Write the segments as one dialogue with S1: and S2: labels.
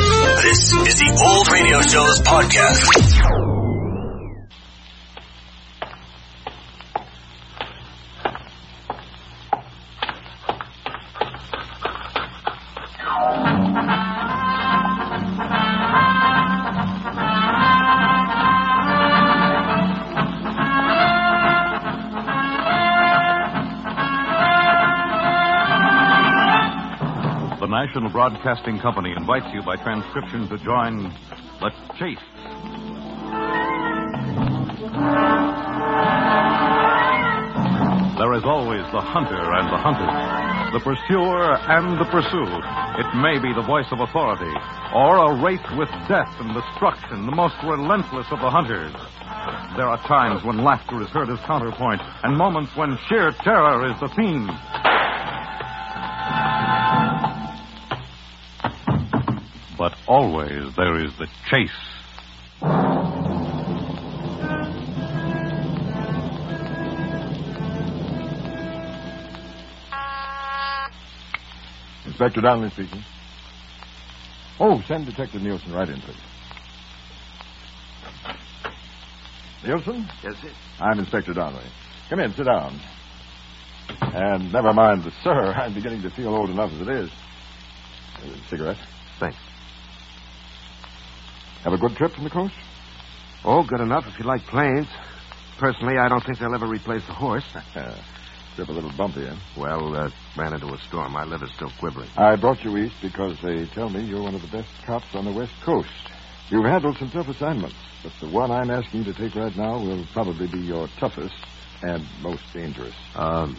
S1: This is the Old Radio Show's podcast.
S2: The National Broadcasting Company invites you by transcription to join the chase. There is always the hunter and the hunted, the pursuer and the pursued. It may be the voice of authority, or a race with death and destruction, the most relentless of the hunters. There are times when laughter is heard as counterpoint, and moments when sheer terror is the theme. But always there is the chase.
S3: Inspector Donnelly speaking. Oh, send Detective Nielsen right in, please. Nielsen?
S4: Yes, sir.
S3: I'm Inspector Donnelly. eh? Come in, sit down. And never mind the sir. I'm beginning to feel old enough as it is. Uh, cigarette?
S4: Thanks.
S3: Have a good trip from the coast?
S4: Oh, good enough if you like planes. Personally, I don't think they'll ever replace the horse.
S3: Uh, trip a little bumpy, eh?
S4: Well, uh, ran into a storm. My liver's still quivering.
S3: I brought you east because they tell me you're one of the best cops on the West Coast. You've handled some tough assignments, but the one I'm asking you to take right now will probably be your toughest and most dangerous.
S4: Um,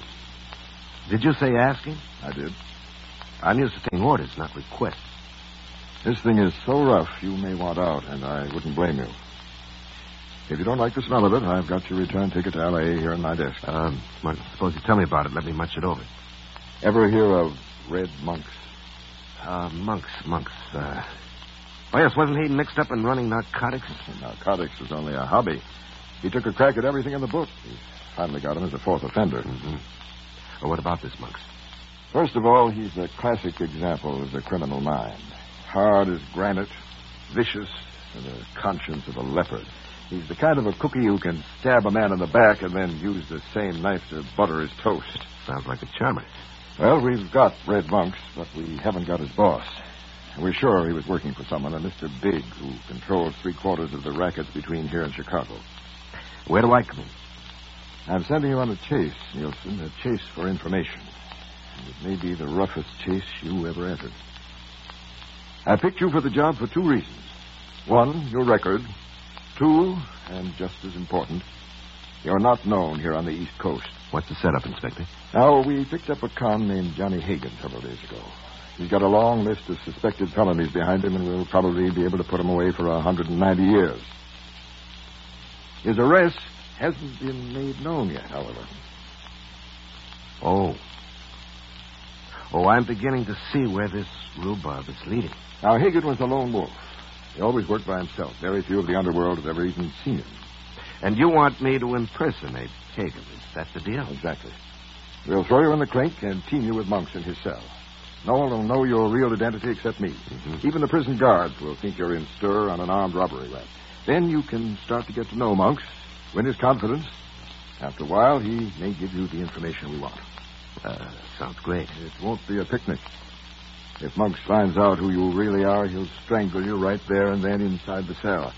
S4: did you say asking?
S3: I did.
S4: I'm used to taking orders, not requests.
S3: This thing is so rough, you may want out, and I wouldn't blame you. If you don't like the smell of it, I've got your return ticket to L.A. here in my desk.
S4: Um, well, suppose you tell me about it. Let me munch it over.
S3: Ever hear of Red Monks?
S4: Uh, monks, monks. Uh, oh, yes, wasn't he mixed up in running narcotics?
S3: Narcotics was only a hobby. He took a crack at everything in the book. He finally got him as a fourth offender.
S4: Mm-hmm. Well, what about this monks?
S3: First of all, he's a classic example of the criminal mind. Hard as granite, vicious, and the conscience of a leopard. He's the kind of a cookie who can stab a man in the back and then use the same knife to butter his toast.
S4: Sounds like a charmer.
S3: Well, we've got Red Monks, but we haven't got his boss. We're sure he was working for someone, a Mr. Big, who controls three quarters of the rackets between here and Chicago.
S4: Where do I come in?
S3: I'm sending you on a chase, Nielsen, a chase for information. And It may be the roughest chase you ever entered. I picked you for the job for two reasons. One, your record. Two, and just as important, you're not known here on the East Coast.
S4: What's the setup, Inspector?
S3: Now, we picked up a con named Johnny Hagan several days ago. He's got a long list of suspected felonies behind him, and we'll probably be able to put him away for 190 years. His arrest hasn't been made known yet, however.
S4: Oh. Oh, I'm beginning to see where this rhubarb is leading.
S3: Now, Hagan was a lone wolf. He always worked by himself. Very few of the underworld have ever even seen him.
S4: And you want me to impersonate Hagen. Is that the deal?
S3: Exactly. We'll throw you in the clink and team you with Monks in his cell. No one will know your real identity except me.
S4: Mm-hmm.
S3: Even the prison guards will think you're in stir on an armed robbery rap. Then you can start to get to know Monks, win his confidence. After a while, he may give you the information we want.
S4: Uh, sounds great.
S3: It won't be a picnic. If Monks finds out who you really are, he'll strangle you right there and then inside the cell.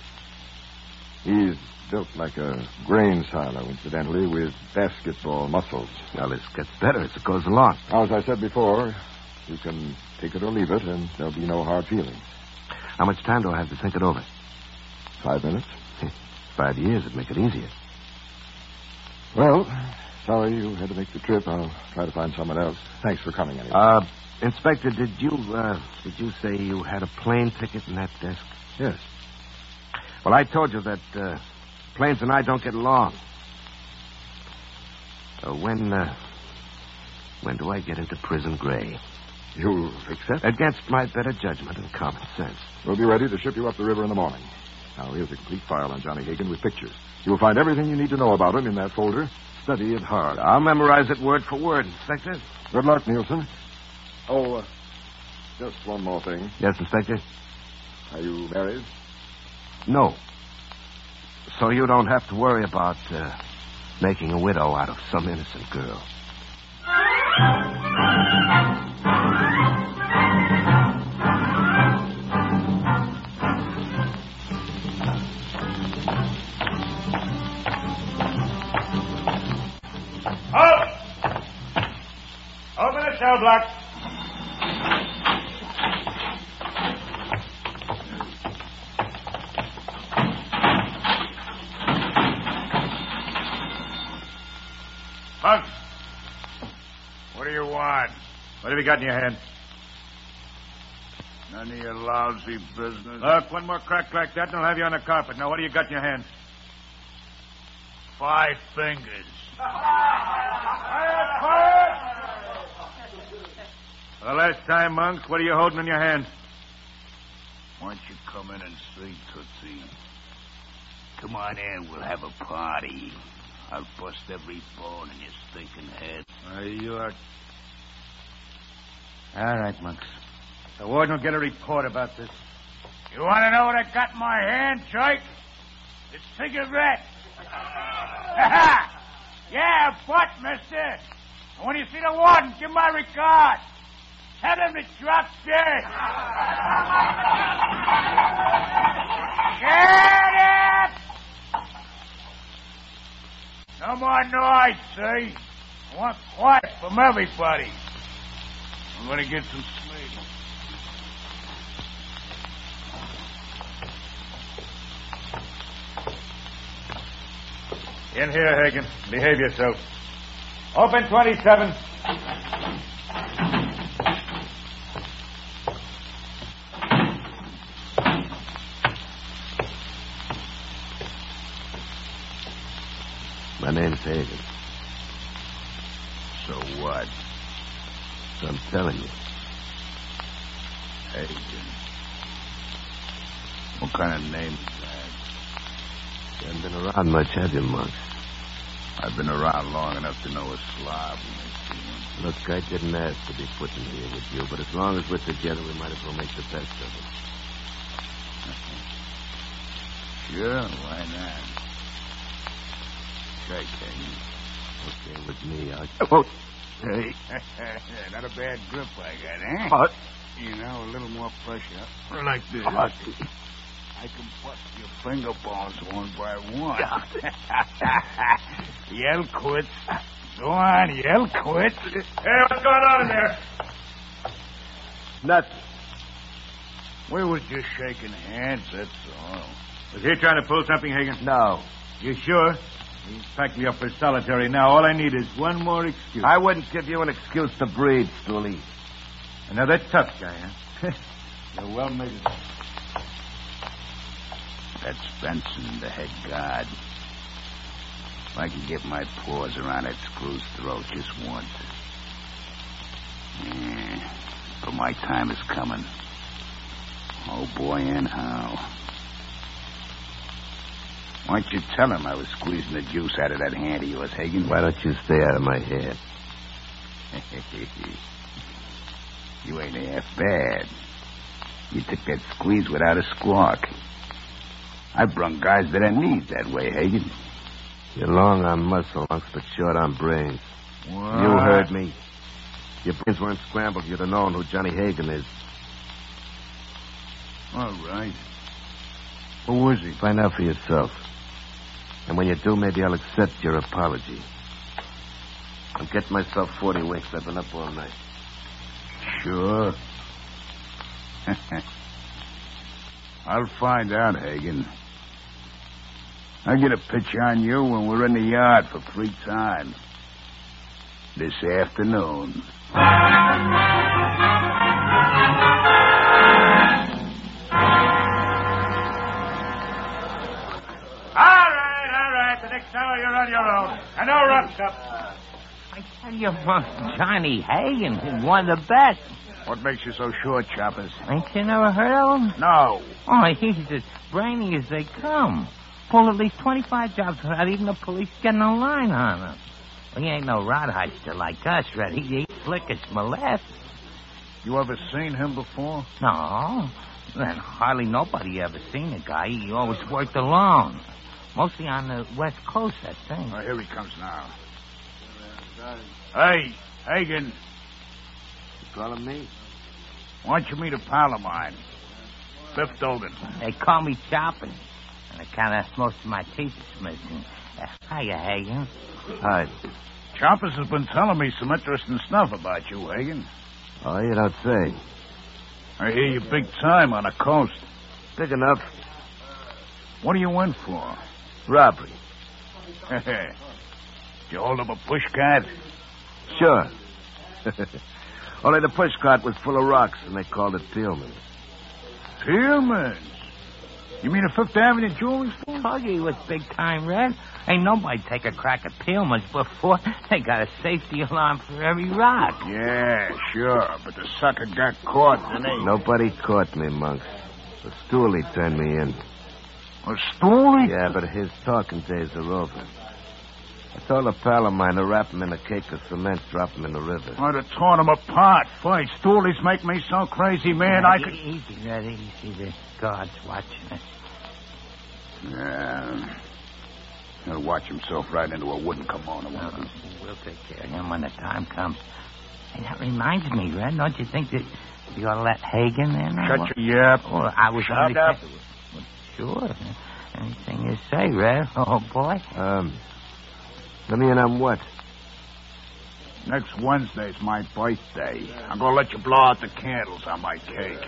S3: He's built like a grain silo, incidentally, with basketball muscles.
S4: Well, this gets better as it goes along.
S3: Now, as I said before, you can take it or leave it, and there'll be no hard feelings.
S4: How much time do I have to think it over?
S3: Five minutes?
S4: Five years would make it easier.
S3: Well, sorry you had to make the trip. I'll try to find someone else. Thanks for coming, anyway.
S4: Uh, Inspector, did you uh, did you say you had a plane ticket in that desk?
S3: yes.
S4: Well, I told you that uh, planes and I don't get along. Uh, when uh, when do I get into prison gray?
S3: You'll accept?
S4: Against my better judgment and common sense.
S3: We'll be ready to ship you up the river in the morning. Now, here's a complete file on Johnny Hagan with pictures. You'll find everything you need to know about him in that folder. Study it hard.
S4: I'll memorize it word for word, Inspector.
S3: Good luck, Nielsen. Oh, uh, just one more thing.
S4: Yes, Inspector.
S3: Are you married?
S4: No. So you don't have to worry about uh, making a widow out of some innocent girl.
S5: Halt! Open the cell block. Monk, what do you want? What have you got in your hand?
S6: None of your lousy business.
S5: Look, one more crack like that, and I'll have you on the carpet. Now, what do you got in your hand?
S6: Five fingers.
S5: For the last time, Monk, what are you holding in your hand?
S6: Why don't you come in and see, Tootsie? Come on in, we'll have a party. I'll bust every bone in your stinking head.
S5: Uh, you are. All right, Monks. The warden will get a report about this.
S6: You want to know what I got in my hand, Jake? It's cigarette. yeah, but, mister. And when you see the warden, give my regard. Tell him to drop dead. Get it! No more noise, see? I want quiet from everybody. I'm going to get some sleep.
S5: In here, Hagen. Behave yourself. Open 27.
S4: My name's Hagen.
S6: So what?
S4: I'm telling you.
S6: Hagen. What kind of name is that?
S4: You haven't been around much, have you, Monk?
S6: I've been around long enough to know a slob when I see one.
S4: Look, I didn't ask to be put in here with you, but as long as we're together, we might as well make the best of it.
S6: Sure, why not? Shake, Hagen.
S4: Okay, with me, I... Oh, hey.
S6: not a bad grip I got, eh?
S5: Oh,
S4: Hot.
S6: You know, a little more pressure. Like this.
S4: Hot.
S6: I can bust your finger bones one by one. yell quits. Go on, yell quits.
S5: Hey, what's going on in there?
S4: Nuts.
S6: We were just shaking hands, that's all.
S5: Was he trying to pull something, Hagen?
S4: No.
S5: You sure? He's packed me up for solitary now. All I need is one more excuse.
S4: I wouldn't give you an excuse to breathe, Stooley.
S5: Another tough guy, huh? You're well made.
S6: That's Benson, the head guard. If I can get my paws around that screw's throat just once. Yeah, but my time is coming. Oh, boy, and how. Why don't you tell him I was squeezing the juice out of that hand of yours, Hagen?
S4: Why don't you stay out of my head?
S6: you ain't half bad. You took that squeeze without a squawk. I've brung guys that I need that way, Hagen.
S4: You're long on muscle, Monks, but short on brains.
S6: What?
S4: You heard me. Your brains weren't scrambled, you'd have known who Johnny Hagan is.
S6: All right. Who was he?
S4: Find out for yourself. And when you do, maybe I'll accept your apology. I'm getting myself 40 winks. I've been up all night.
S6: Sure. I'll find out, Hagen. I'll get a pitch on you when we're in the yard for free time. This afternoon.
S5: All right, all right. The next hour, you're on your own. And no rough up.
S7: I tell you, Monk, Johnny Hagan is one of the best.
S6: What makes you so sure, Choppers?
S7: Ain't you never heard of him?
S6: No.
S7: Oh, he's as brainy as they come. Pulled at least 25 jobs without even the police getting a line on him. Well, he ain't no rod heister like us, Reddy. He ain't slick as molasses.
S6: You ever seen him before?
S7: No. Then Oh, hardly nobody ever seen the guy. He always worked alone. Mostly on the West Coast, I think.
S6: Oh, here he comes now.
S5: Hey, Hagen,
S4: You calling me?
S5: why don't you meet a pal of mine? Biff Dogan.
S7: They call me Chopping. On account of most of my teeth is missing. Uh, hiya, Hagen.
S4: Hi.
S5: Choppers has been telling me some interesting stuff about you, Hagen.
S4: Oh, you don't say.
S5: I hear you big time on the coast.
S4: Big enough.
S5: What are you in for?
S4: Robbery.
S5: Did you hold up a pushcart?
S4: Sure. Only the pushcart was full of rocks, and they called it Peelman.
S5: Tillman. You mean a Fifth Avenue jewelry store?
S7: Told you he was big time, Red. Ain't nobody take a crack at Peelman's before. They got a safety alarm for every rock.
S6: Yeah, sure. But the sucker got caught, didn't he?
S4: Nobody caught me, monks. The stoolie turned me in.
S6: A stoolie?
S4: Yeah, but his talking days are over. I told a pal of mine to wrap him in a cake of cement, drop him in the river.
S6: I'd have torn him apart first. Stoolies make me so crazy, man, I
S7: E-
S6: could...
S7: Easy, Red, easy. The guard's watching us.
S6: Yeah. He'll watch himself right into a wooden kimono.
S7: Well, Uh-huh. we'll take care of him when the time comes. Hey, that reminds me, Red. Don't you think that you ought to let Hagen in?
S6: Shut your yap.
S7: Well, I was
S6: Shut
S7: only...
S6: up.
S7: Well, Sure. Anything you say, Red. Oh, boy.
S4: Um, let me in on what?
S6: Next Wednesday's my birthday. I'm going to let you blow out the candles on my cake.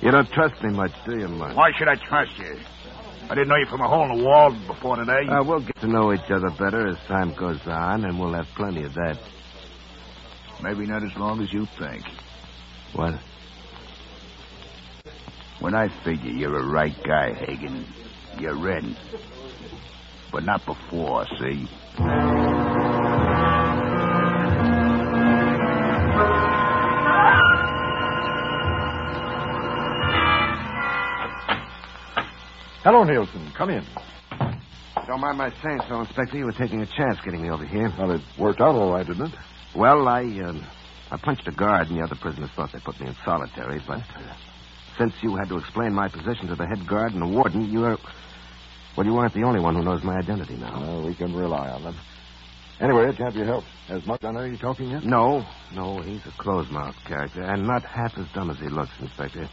S4: You don't trust me much, do you, monk?
S6: Why should I trust you? I didn't know you from a hole in the wall before today.
S4: Uh, we'll get to know each other better as time goes on, and we'll have plenty of that.
S6: Maybe not as long as you think.
S4: What?
S6: When I figure you're a right guy, Hagen, you're in. But not before, see?
S3: Hello, Nielsen. Come in.
S4: Don't mind my saying so, Inspector. You were taking a chance getting me over here.
S3: Well, it worked out all right, didn't it?
S4: Well, I, um, I punched a guard, and the other prisoners thought they put me in solitary, but uh, since you had to explain my position to the head guard and the warden, you are. Well, you aren't the only one who knows my identity now.
S3: Well, we can rely on them. Anyway, it's have your help. Has Mark done any talking yet?
S4: No, no, he's a close-mouthed character, and not half as dumb as he looks, Inspector.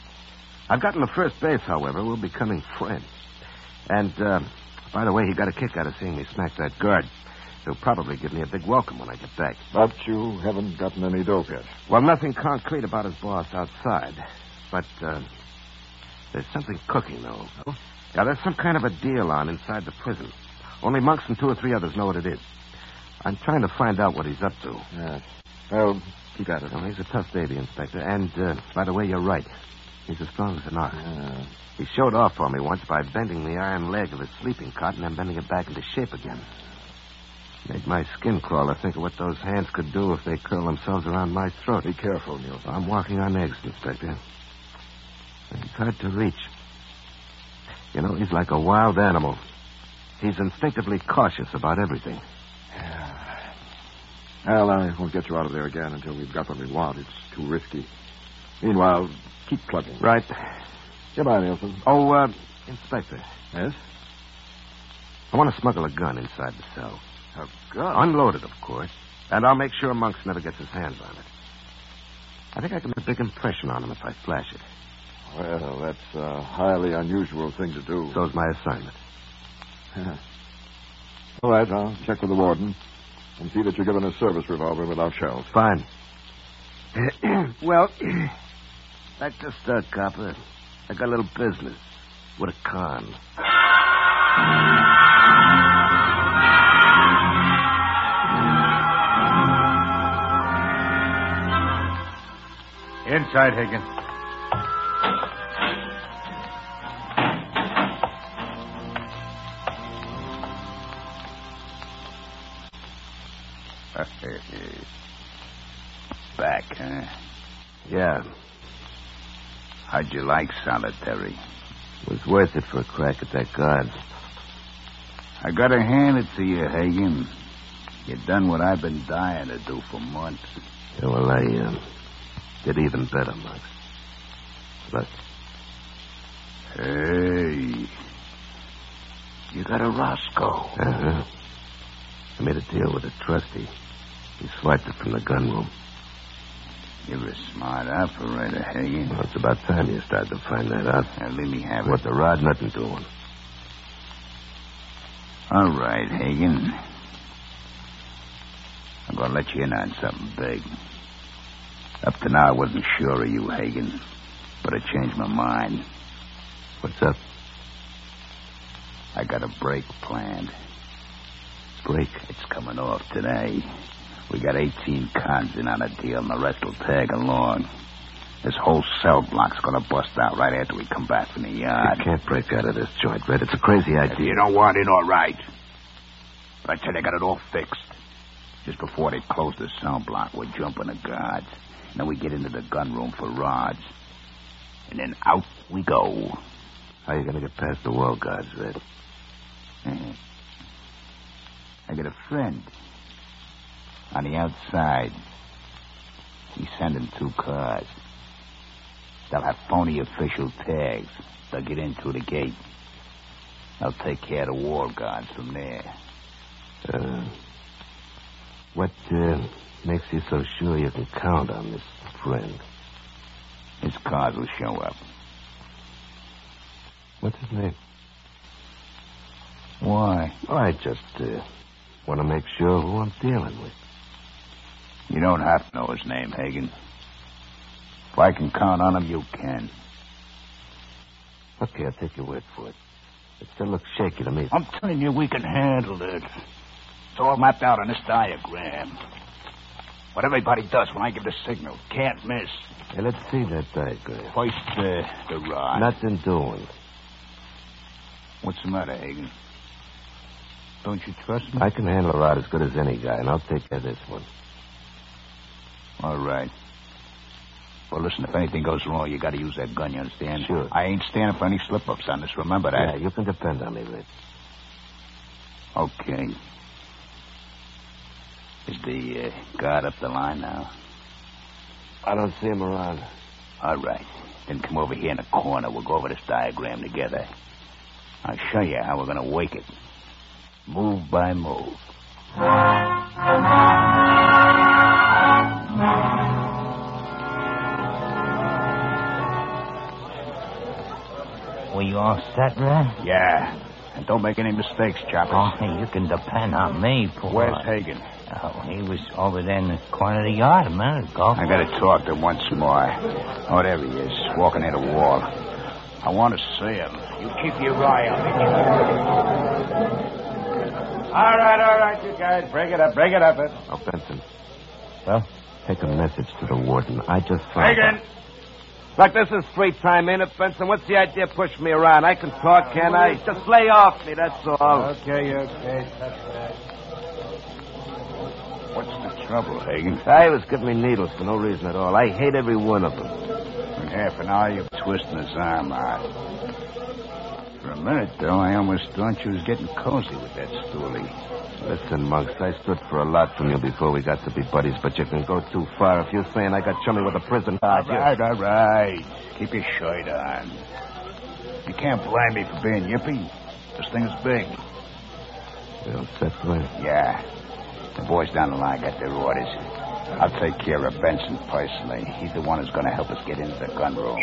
S4: I've gotten to first base, however. We're becoming friends. And, uh, by the way, he got a kick out of seeing me smack that guard. He'll probably give me a big welcome when I get back.
S3: But you haven't gotten any dope yet.
S4: Well, nothing concrete about his boss outside. But uh, there's something cooking, though. Yeah, there's some kind of a deal on inside the prison. Only monks and two or three others know what it is. I'm trying to find out what he's up to.
S3: Yes. Well,
S4: Keep at it. Well, he's a tough baby, Inspector. And, uh, by the way, you're right. He's as strong as an ox.
S3: uh,
S4: He showed off for me once by bending the iron leg of his sleeping cot and then bending it back into shape again. Made my skin crawl to think of what those hands could do if they curl themselves around my throat.
S3: be careful, Nielsen.
S4: I'm walking on eggs, Inspector. And It's hard to reach. You know, he's like a wild animal. He's instinctively cautious about everything.
S3: Well, I won't get you out of there again until we've got what we want. It's too risky. Meanwhile, keep plugging.
S4: Right.
S3: Goodbye, Nielsen.
S4: Oh, uh, Inspector,
S3: Yes?
S4: I want to smuggle a gun inside the cell.
S3: A gun?
S4: Unloaded, of course. And I'll make sure Monks never gets his hands on it. I think I can make a big impression on him if I flash it.
S3: Well, that's a highly unusual thing to do.
S4: So's my assignment.
S3: All right, I'll check with the warden and see that you're given a service revolver without shells.
S4: Fine. well, that's just a copper. I got a little business with a con.
S5: Inside, Hagen.
S6: Back, huh?
S4: Yeah,
S6: How'd you like solitary?
S4: was worth it for a crack at that guard.
S6: I gotta hand it to you, Hagen. You done what I've been dying to do for months.
S4: Yeah, well, I uh, did even better, Monk. but
S6: Hey. You got a Roscoe.
S4: uh-huh. I made a deal with a trustee. He swiped it from the gun room.
S6: You're a smart operator, Hagen.
S4: Well, it's about time you started to find that out.
S6: Now, let me have
S4: What
S6: it.
S4: the rod? Nothing to him.
S6: All right, Hagen. I'm going to let you in on something big. Up to now, I wasn't sure of you, Hagen. But I changed my mind.
S4: What's up?
S6: I got a break planned.
S4: Break.
S6: It's coming off today. We got 18 cons in on a deal, and the rest will tag along. This whole cell block's going to bust out right after we come back from the yard.
S4: You can't break out of this joint, Red. It's a crazy
S6: If you
S4: idea.
S6: don't want it, all right. But I tell you, I got it all fixed. Just before they close the sound block, we're jumping the guards. Then we get into the gun room for rods. And then out we go.
S4: How you going to get past the wall guards, Red?
S6: I Mm-hmm. got a friend on the outside. He's sending two cars. They'll have phony official tags. They'll get in through the gate. They'll take care of the wall guards from there.
S4: Uh, what uh, makes you so sure you can count on this friend?
S6: His cars will show up.
S4: What's his name?
S6: Why?
S4: Oh, I just uh, want to make sure who I'm dealing with.
S6: You don't have to know his name, Hagen. If I can count on him, you can.
S4: Okay, I'll take your word for it. It still looks shaky to me.
S6: I'm telling you, we can handle it. It's all mapped out on this diagram. What everybody does when I give the signal, can't miss.
S4: Hey, let's see that diagram.
S6: Hoist the, the rod.
S4: Nothing doing.
S6: What's the matter, Hagen? Don't you trust me?
S4: I can handle a rod as good as any guy, and I'll take care of this one.
S6: All right. Well, listen, if anything goes wrong, you gotta use that gun, you understand?
S4: Sure.
S6: I ain't standing for any slip ups on this, remember
S4: Yeah,
S6: that?
S4: you can depend on me, Red.
S6: Okay. Is the uh, guard up the line now?
S4: I don't see him around.
S6: All right. Then come over here in the corner. We'll go over this diagram together. I'll show you how we're going to wake it. Move by move.
S7: Were you all set, Red?
S6: Yeah. And don't make any mistakes,
S7: Oh,
S6: Choppers.
S7: hey, you can depend on me, Paul.
S6: Where's Hagen?
S7: Oh, he was over there in the corner of the yard a minute ago.
S6: I got to talk to him once more. Oh, there he is, walking near the wall. I want to see him. You keep your eye on him. All right, all right, you guys. Break it up, break it up.
S4: Oh, Benson,
S7: Well,
S4: take a message to the warden. I just found
S6: Hagen!
S4: Look, this is three time, ain't it, Benson? What's the idea of pushing me around? I can talk, can I? Just lay off me, that's all.
S6: Okay, okay. What's the trouble, Hagen?
S4: I was giving me needles for no reason at all. I hate every one of them.
S6: In half an hour, you were twisting his arm out. For a minute, though, I almost thought you was getting cozy with that stoolie.
S4: Listen, monks, I stood for a lot from you before we got to be buddies, but you can go too far if you're saying I got chummy with a prison guard.
S6: all right, all right. Keep your shirt on. You can't blame me for being yippy. This thing's big.
S4: You don't set right.
S6: Yeah. The boys down the line got their orders. I'll take care of Benson personally. He's the one who's going to help us get into the gun room.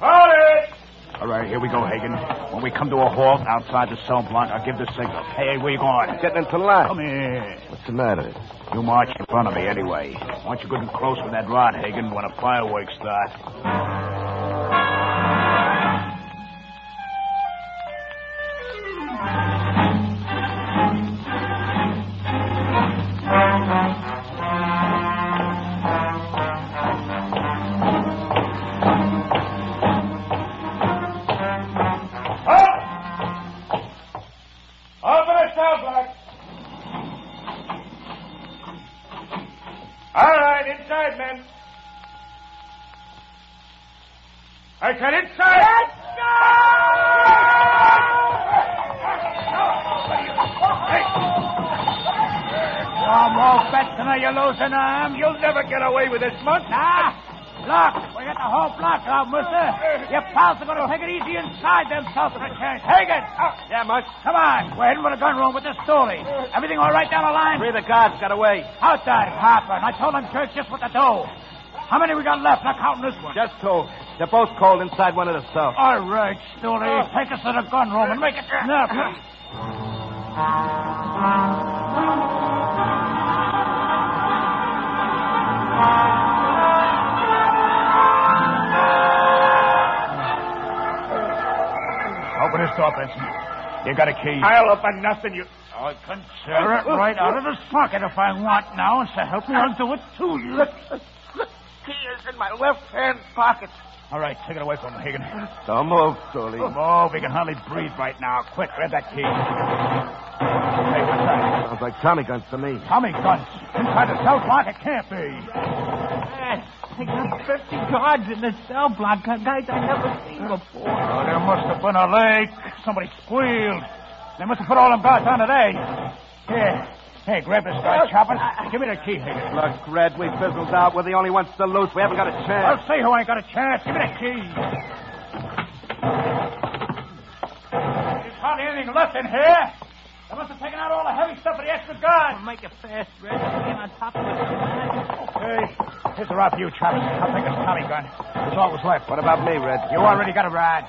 S6: Hold it! All right, here we go, Hagen. When we come to a halt outside the cell block, I'll give the signal. Hey, where you going?
S4: Getting into line.
S6: Come here.
S4: What's the matter?
S6: You march in front of me anyway. Aren't you good and close with that rod, Hagen, when the fireworks start?
S5: Open the sound box. All right, inside, men. I said inside. Let's go! Hey.
S6: You're more fat than you lose an arm. You'll never get away with this much.
S8: Nah. Look, we got the whole block out, mister. Your pals are going to take it easy inside themselves for a chance. Take it.
S6: Ah, Yeah, Mike.
S8: Come on. We're heading for the gun room with the stoolie. Everything all right down the line?
S6: Three of the guards got away.
S8: Outside, Harper. And I told them church just with the dough. How many we got left? Not counting this one.
S6: Just two. They're both cold inside one of the Oh. cells.
S8: All right, Stoolie. Take us to the gun room and make it snap.
S6: Open this door, Benson. You got a key.
S3: I'll open nothing, you.
S8: I can tear it right out of his pocket if I want now, and so help me, I'll do it too. You.
S3: Look, look, key is in my left hand pocket.
S6: All right, take it away from him, Higgin.
S4: Don't move, Sully.
S6: Move. He can hardly breathe right now. Quick, grab that key. Hey, what's that?
S4: Sounds like Tommy guns to me.
S6: Tommy guns. Inside the cell block, it can't be.
S7: They got 50 guards in the cell block, guys I never seen before.
S6: Oh, there must have been a leak. Somebody squealed. They must have put all them guards on today. Here. Hey, grab this guy, Chopper. Give me the key, Higgins.
S4: Look, Red, we fizzled out. We're the only ones still loose. We haven't got a chance.
S6: I'll see who ain't got a chance. Give me the key. Is hardly anything left in here? They must have taken out all the heavy stuff for the extra guard.
S7: Make it fast, Red. Get on top of it.
S6: Hey, here's the route for you, Travis. I'll take this Tommy gun. That's all that was left.
S4: What about me, Red?
S6: You already got a ride.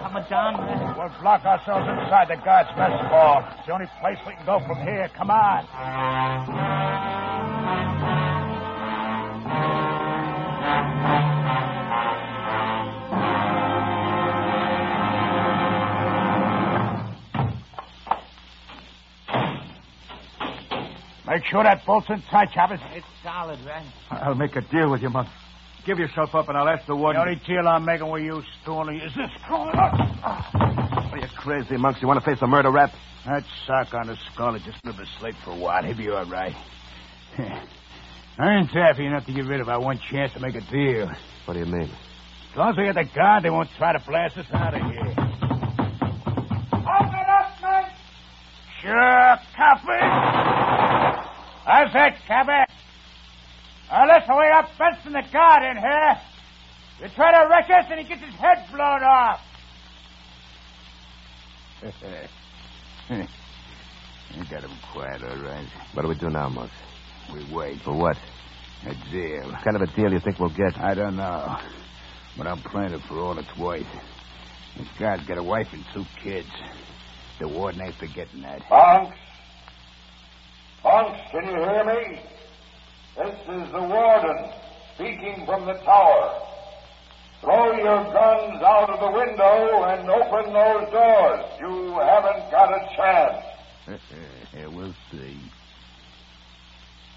S7: I'm a down, Red.
S6: We'll block ourselves inside the guards' mess hall. It's the only place we can go from here. Come on. Make sure that bolt's inside, Travis.
S7: It's solid, Red.
S9: I'll make a deal with you, Mother. Give yourself up, and I'll ask the
S6: The
S9: warden.
S6: only deal I'm making with you, Stoney, is this going up.
S9: Oh,
S4: What Are you crazy monks? You want to face a murder rap?
S6: That sock on his skull had just never sleep for a while. He'll be all right. I ain't happy enough to get rid of our one chance to make a deal.
S4: What do you mean?
S6: As long as we get the guard, they won't try to blast us out of here.
S3: Open up, Mike.
S6: Sure, Cappy. How's that, Cappy? Now listen, we got Benson the guard in here. You try to wreck us, and he gets his head blown off.
S10: You got him quiet, all right.
S4: What do we do now, monks?
S10: We wait.
S4: For what?
S10: A deal.
S4: What kind of a deal you think we'll get?
S10: I don't know. But I'm playing it for all it's worth. This guy's got a wife and two kids. The warden ain't forgetting that.
S3: Bunks. Bunks, can you hear me? This is the warden speaking from the tower. Throw your guns out of the window and open those doors. You haven't got a chance.
S10: we'll see.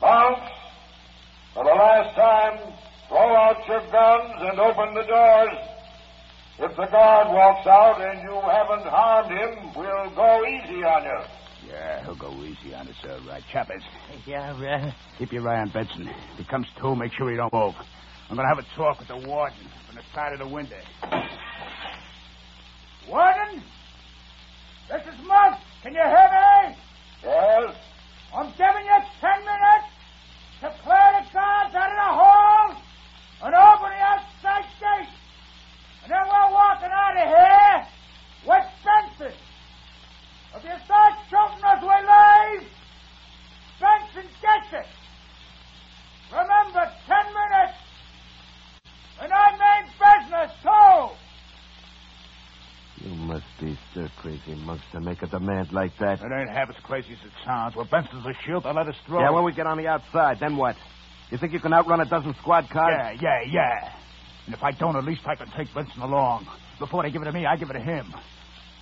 S3: Bunks, for the last time, throw out your guns and open the doors. If the guard walks out and you haven't harmed him, we'll go easy on you.
S10: Yeah, he'll go easy on us, all right. Chappers,
S7: Yeah, Red.
S10: keep your eye on Benson.
S6: If he comes to, make sure he don't move. I'm going to have a talk with the warden from the side of the window. Warden? This is Monk. Can you hear me?
S3: Yes?
S6: I'm giving you ten minutes to clear the guards out of the hall and open the outside gate. And then we're walking out of here with Benson. If you start shooting us, we leave. Benson gets it. Remember, ten minutes. And I mean business, too.
S4: You must be stir crazy monks to make a demand like that.
S6: It ain't half as crazy as it sounds. Well, Benson's a shield. They'll let us through.
S4: Yeah, when we get on the outside, then what? You think you can outrun a dozen squad cars?
S6: Yeah, yeah, yeah. And if I don't, at least I can take Benson along. Before they give it to me, I give it to him.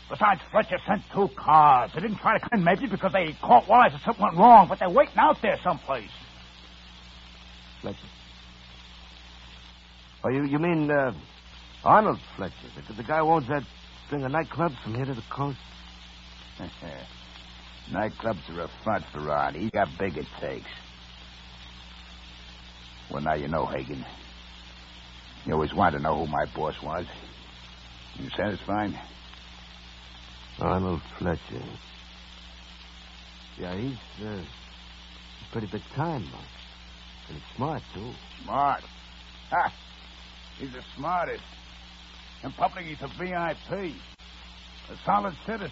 S6: Besides, Fletcher sent two cars. They didn't try to come in, maybe, because they caught wise that something went wrong, but they're waiting out there someplace.
S4: Fletcher. Oh, you, you mean uh, Arnold Fletcher, the, the guy who owns that string of nightclubs from here to the coast?
S10: Nightclubs are a front for Ron. He's got bigger takes. Well, now you know, Hagen. You always wanted to know who my boss was. You satisfied?
S4: Arnold Fletcher. Yeah, he's uh, pretty big time, Mike. And he's smart, too.
S11: Smart. Ha! He's the smartest. In public, he's a VIP. A solid citizen.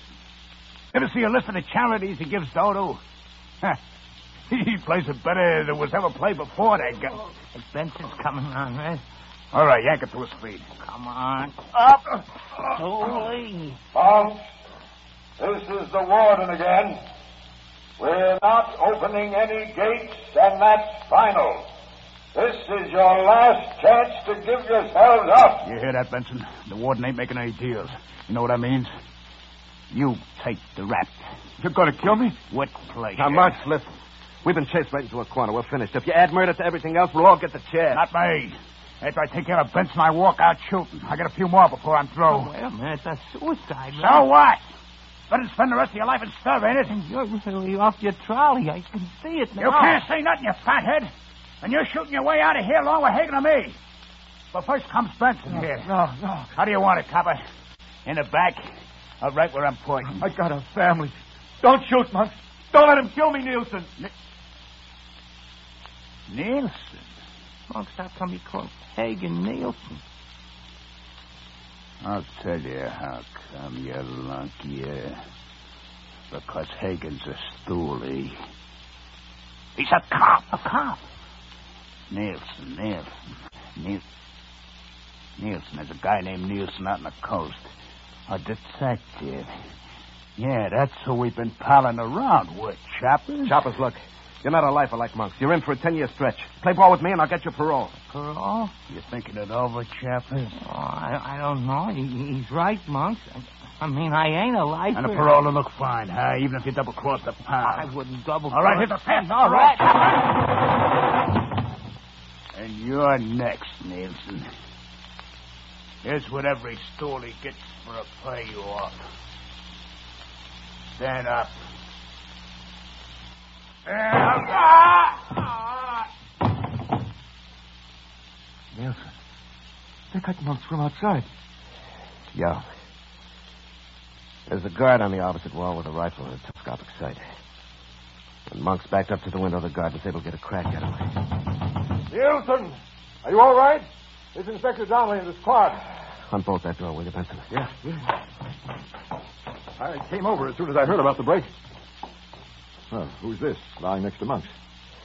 S11: Ever see a list of the charities he gives Dodo? Ha! He plays it better than was ever played before, that guy.
S7: The bench is coming on, right?
S11: All right, yank it to his feet.
S7: Come on. Oh.
S11: Up!
S7: Holy.
S12: Bounce, this is the warden again. We're not opening any gates, and that's final. This is your last chance to give yourselves up.
S11: You hear that, Benson? The warden ain't making any deals. You know what that means? You take the rap.
S4: You're going to kill me?
S11: What place?
S4: Now, March, listen. We've been chased right into a corner. We're finished. If you add murder to everything else, we'll all get the chair.
S11: Not me. After I take care of Benson, I walk out shooting. I got a few more before I'm through.
S7: Oh,
S13: Oh,
S7: wait a minute. That's suicide,
S11: so what? Better spend the rest of your life in starve, ain't it?
S7: You're really off your trolley. I can see it now.
S11: You can't say nothing, you fathead. And you're shooting your way out of here along with Hagen and me. But first comes Benson here.
S13: No, no.
S11: How do you want it, copper? In the back? Or right where I'm pointing?
S13: I got a family. Don't shoot, Monk. Don't let him kill me, Nielsen.
S11: Nielsen?
S7: Monks, how come you call Hagen Nielsen?
S6: I'll tell you how come, you lunkier. Because Hagen's a stoolie.
S11: He's a cop.
S7: A cop.
S6: Nielsen, Nielsen. Nielsen. Nielsen. There's a guy named Nielsen out on the coast. A detective. Yeah, that's who we've been palling around with, Choppers.
S4: Choppers, look. You're not a lifer like monks. You're in for a ten-year stretch. Play ball with me, and I'll get you parole.
S7: Parole?
S6: You thinking it over, Choppers?
S7: Oh, I, I don't know. He, he's right, Monks. I, I mean, I ain't a lifer.
S6: And the parole will look fine, huh? Even if you double cross the
S7: I
S6: pal.
S7: wouldn't double.
S6: All right, hit the fence. All right. and you're next, Nielsen. Here's what every stoolie gets for a pay you off. Stand up. Stand up.
S13: Nielsen. They got Monk from outside.
S4: Yeah. There's a guard on the opposite wall with a rifle and a telescopic sight. When Monk's backed up to the window, the guard was able to get a crack at him.
S3: Nielsen, are you all right? It's Inspector Donnelly and the squad.
S4: Unbolt that door, will you, Benson?
S3: Yeah, yeah. I came over as soon as I heard about the break. Well, who's this lying next to Monks?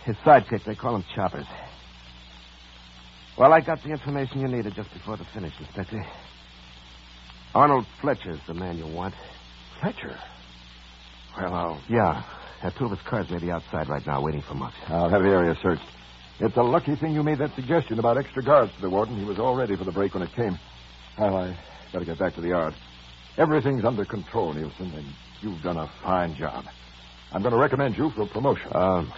S4: His sidekick, they call him Choppers. Well, I got the information you needed just before the finish, Inspector. Arnold Fletcher's the man you want.
S3: Fletcher. Well, I'll,
S4: Yeah. Have two of his cars maybe outside right now waiting for Monks.
S3: I'll have the area searched. It's a lucky thing you made that suggestion about extra guards to the warden. He was all ready for the break when it came. Well, I better get back to the yard. Everything's under control, Nielsen, and you've done a fine job. I'm going to recommend you for promotion. Uh,
S4: Um,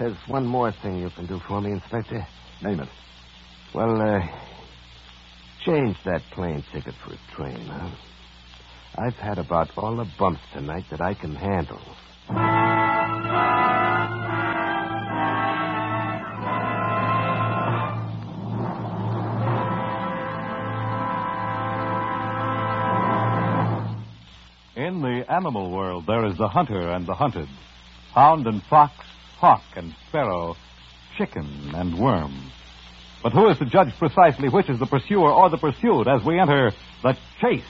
S4: there's one more thing you can do for me, Inspector.
S3: Name it.
S4: Well, uh, change that plane ticket for a train, huh? I've had about all the bumps tonight that I can handle.
S2: In the animal world, there is the hunter and the hunted, hound and fox, hawk and sparrow, chicken and worm. But who is to judge precisely which is the pursuer or the pursued as we enter the chase?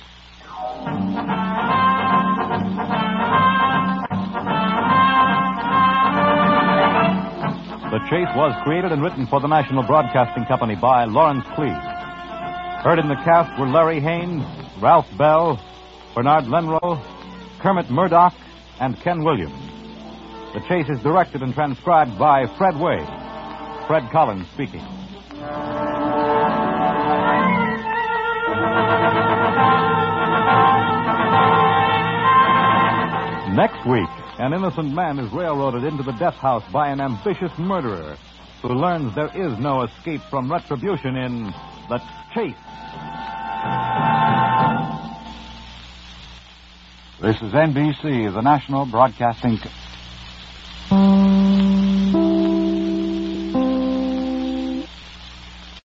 S2: The Chase was created and written for the National Broadcasting Company by Lawrence Cleave. Heard in the cast were Larry Haynes, Ralph Bell, Bernard Lenro, Kermit Murdoch, and Ken Williams. The chase is directed and transcribed by Fred Wade. Fred Collins speaking. Next week, an innocent man is railroaded into the death house by an ambitious murderer who learns there is no escape from retribution in The Chase.
S13: This is NBC, the national broadcasting. Co-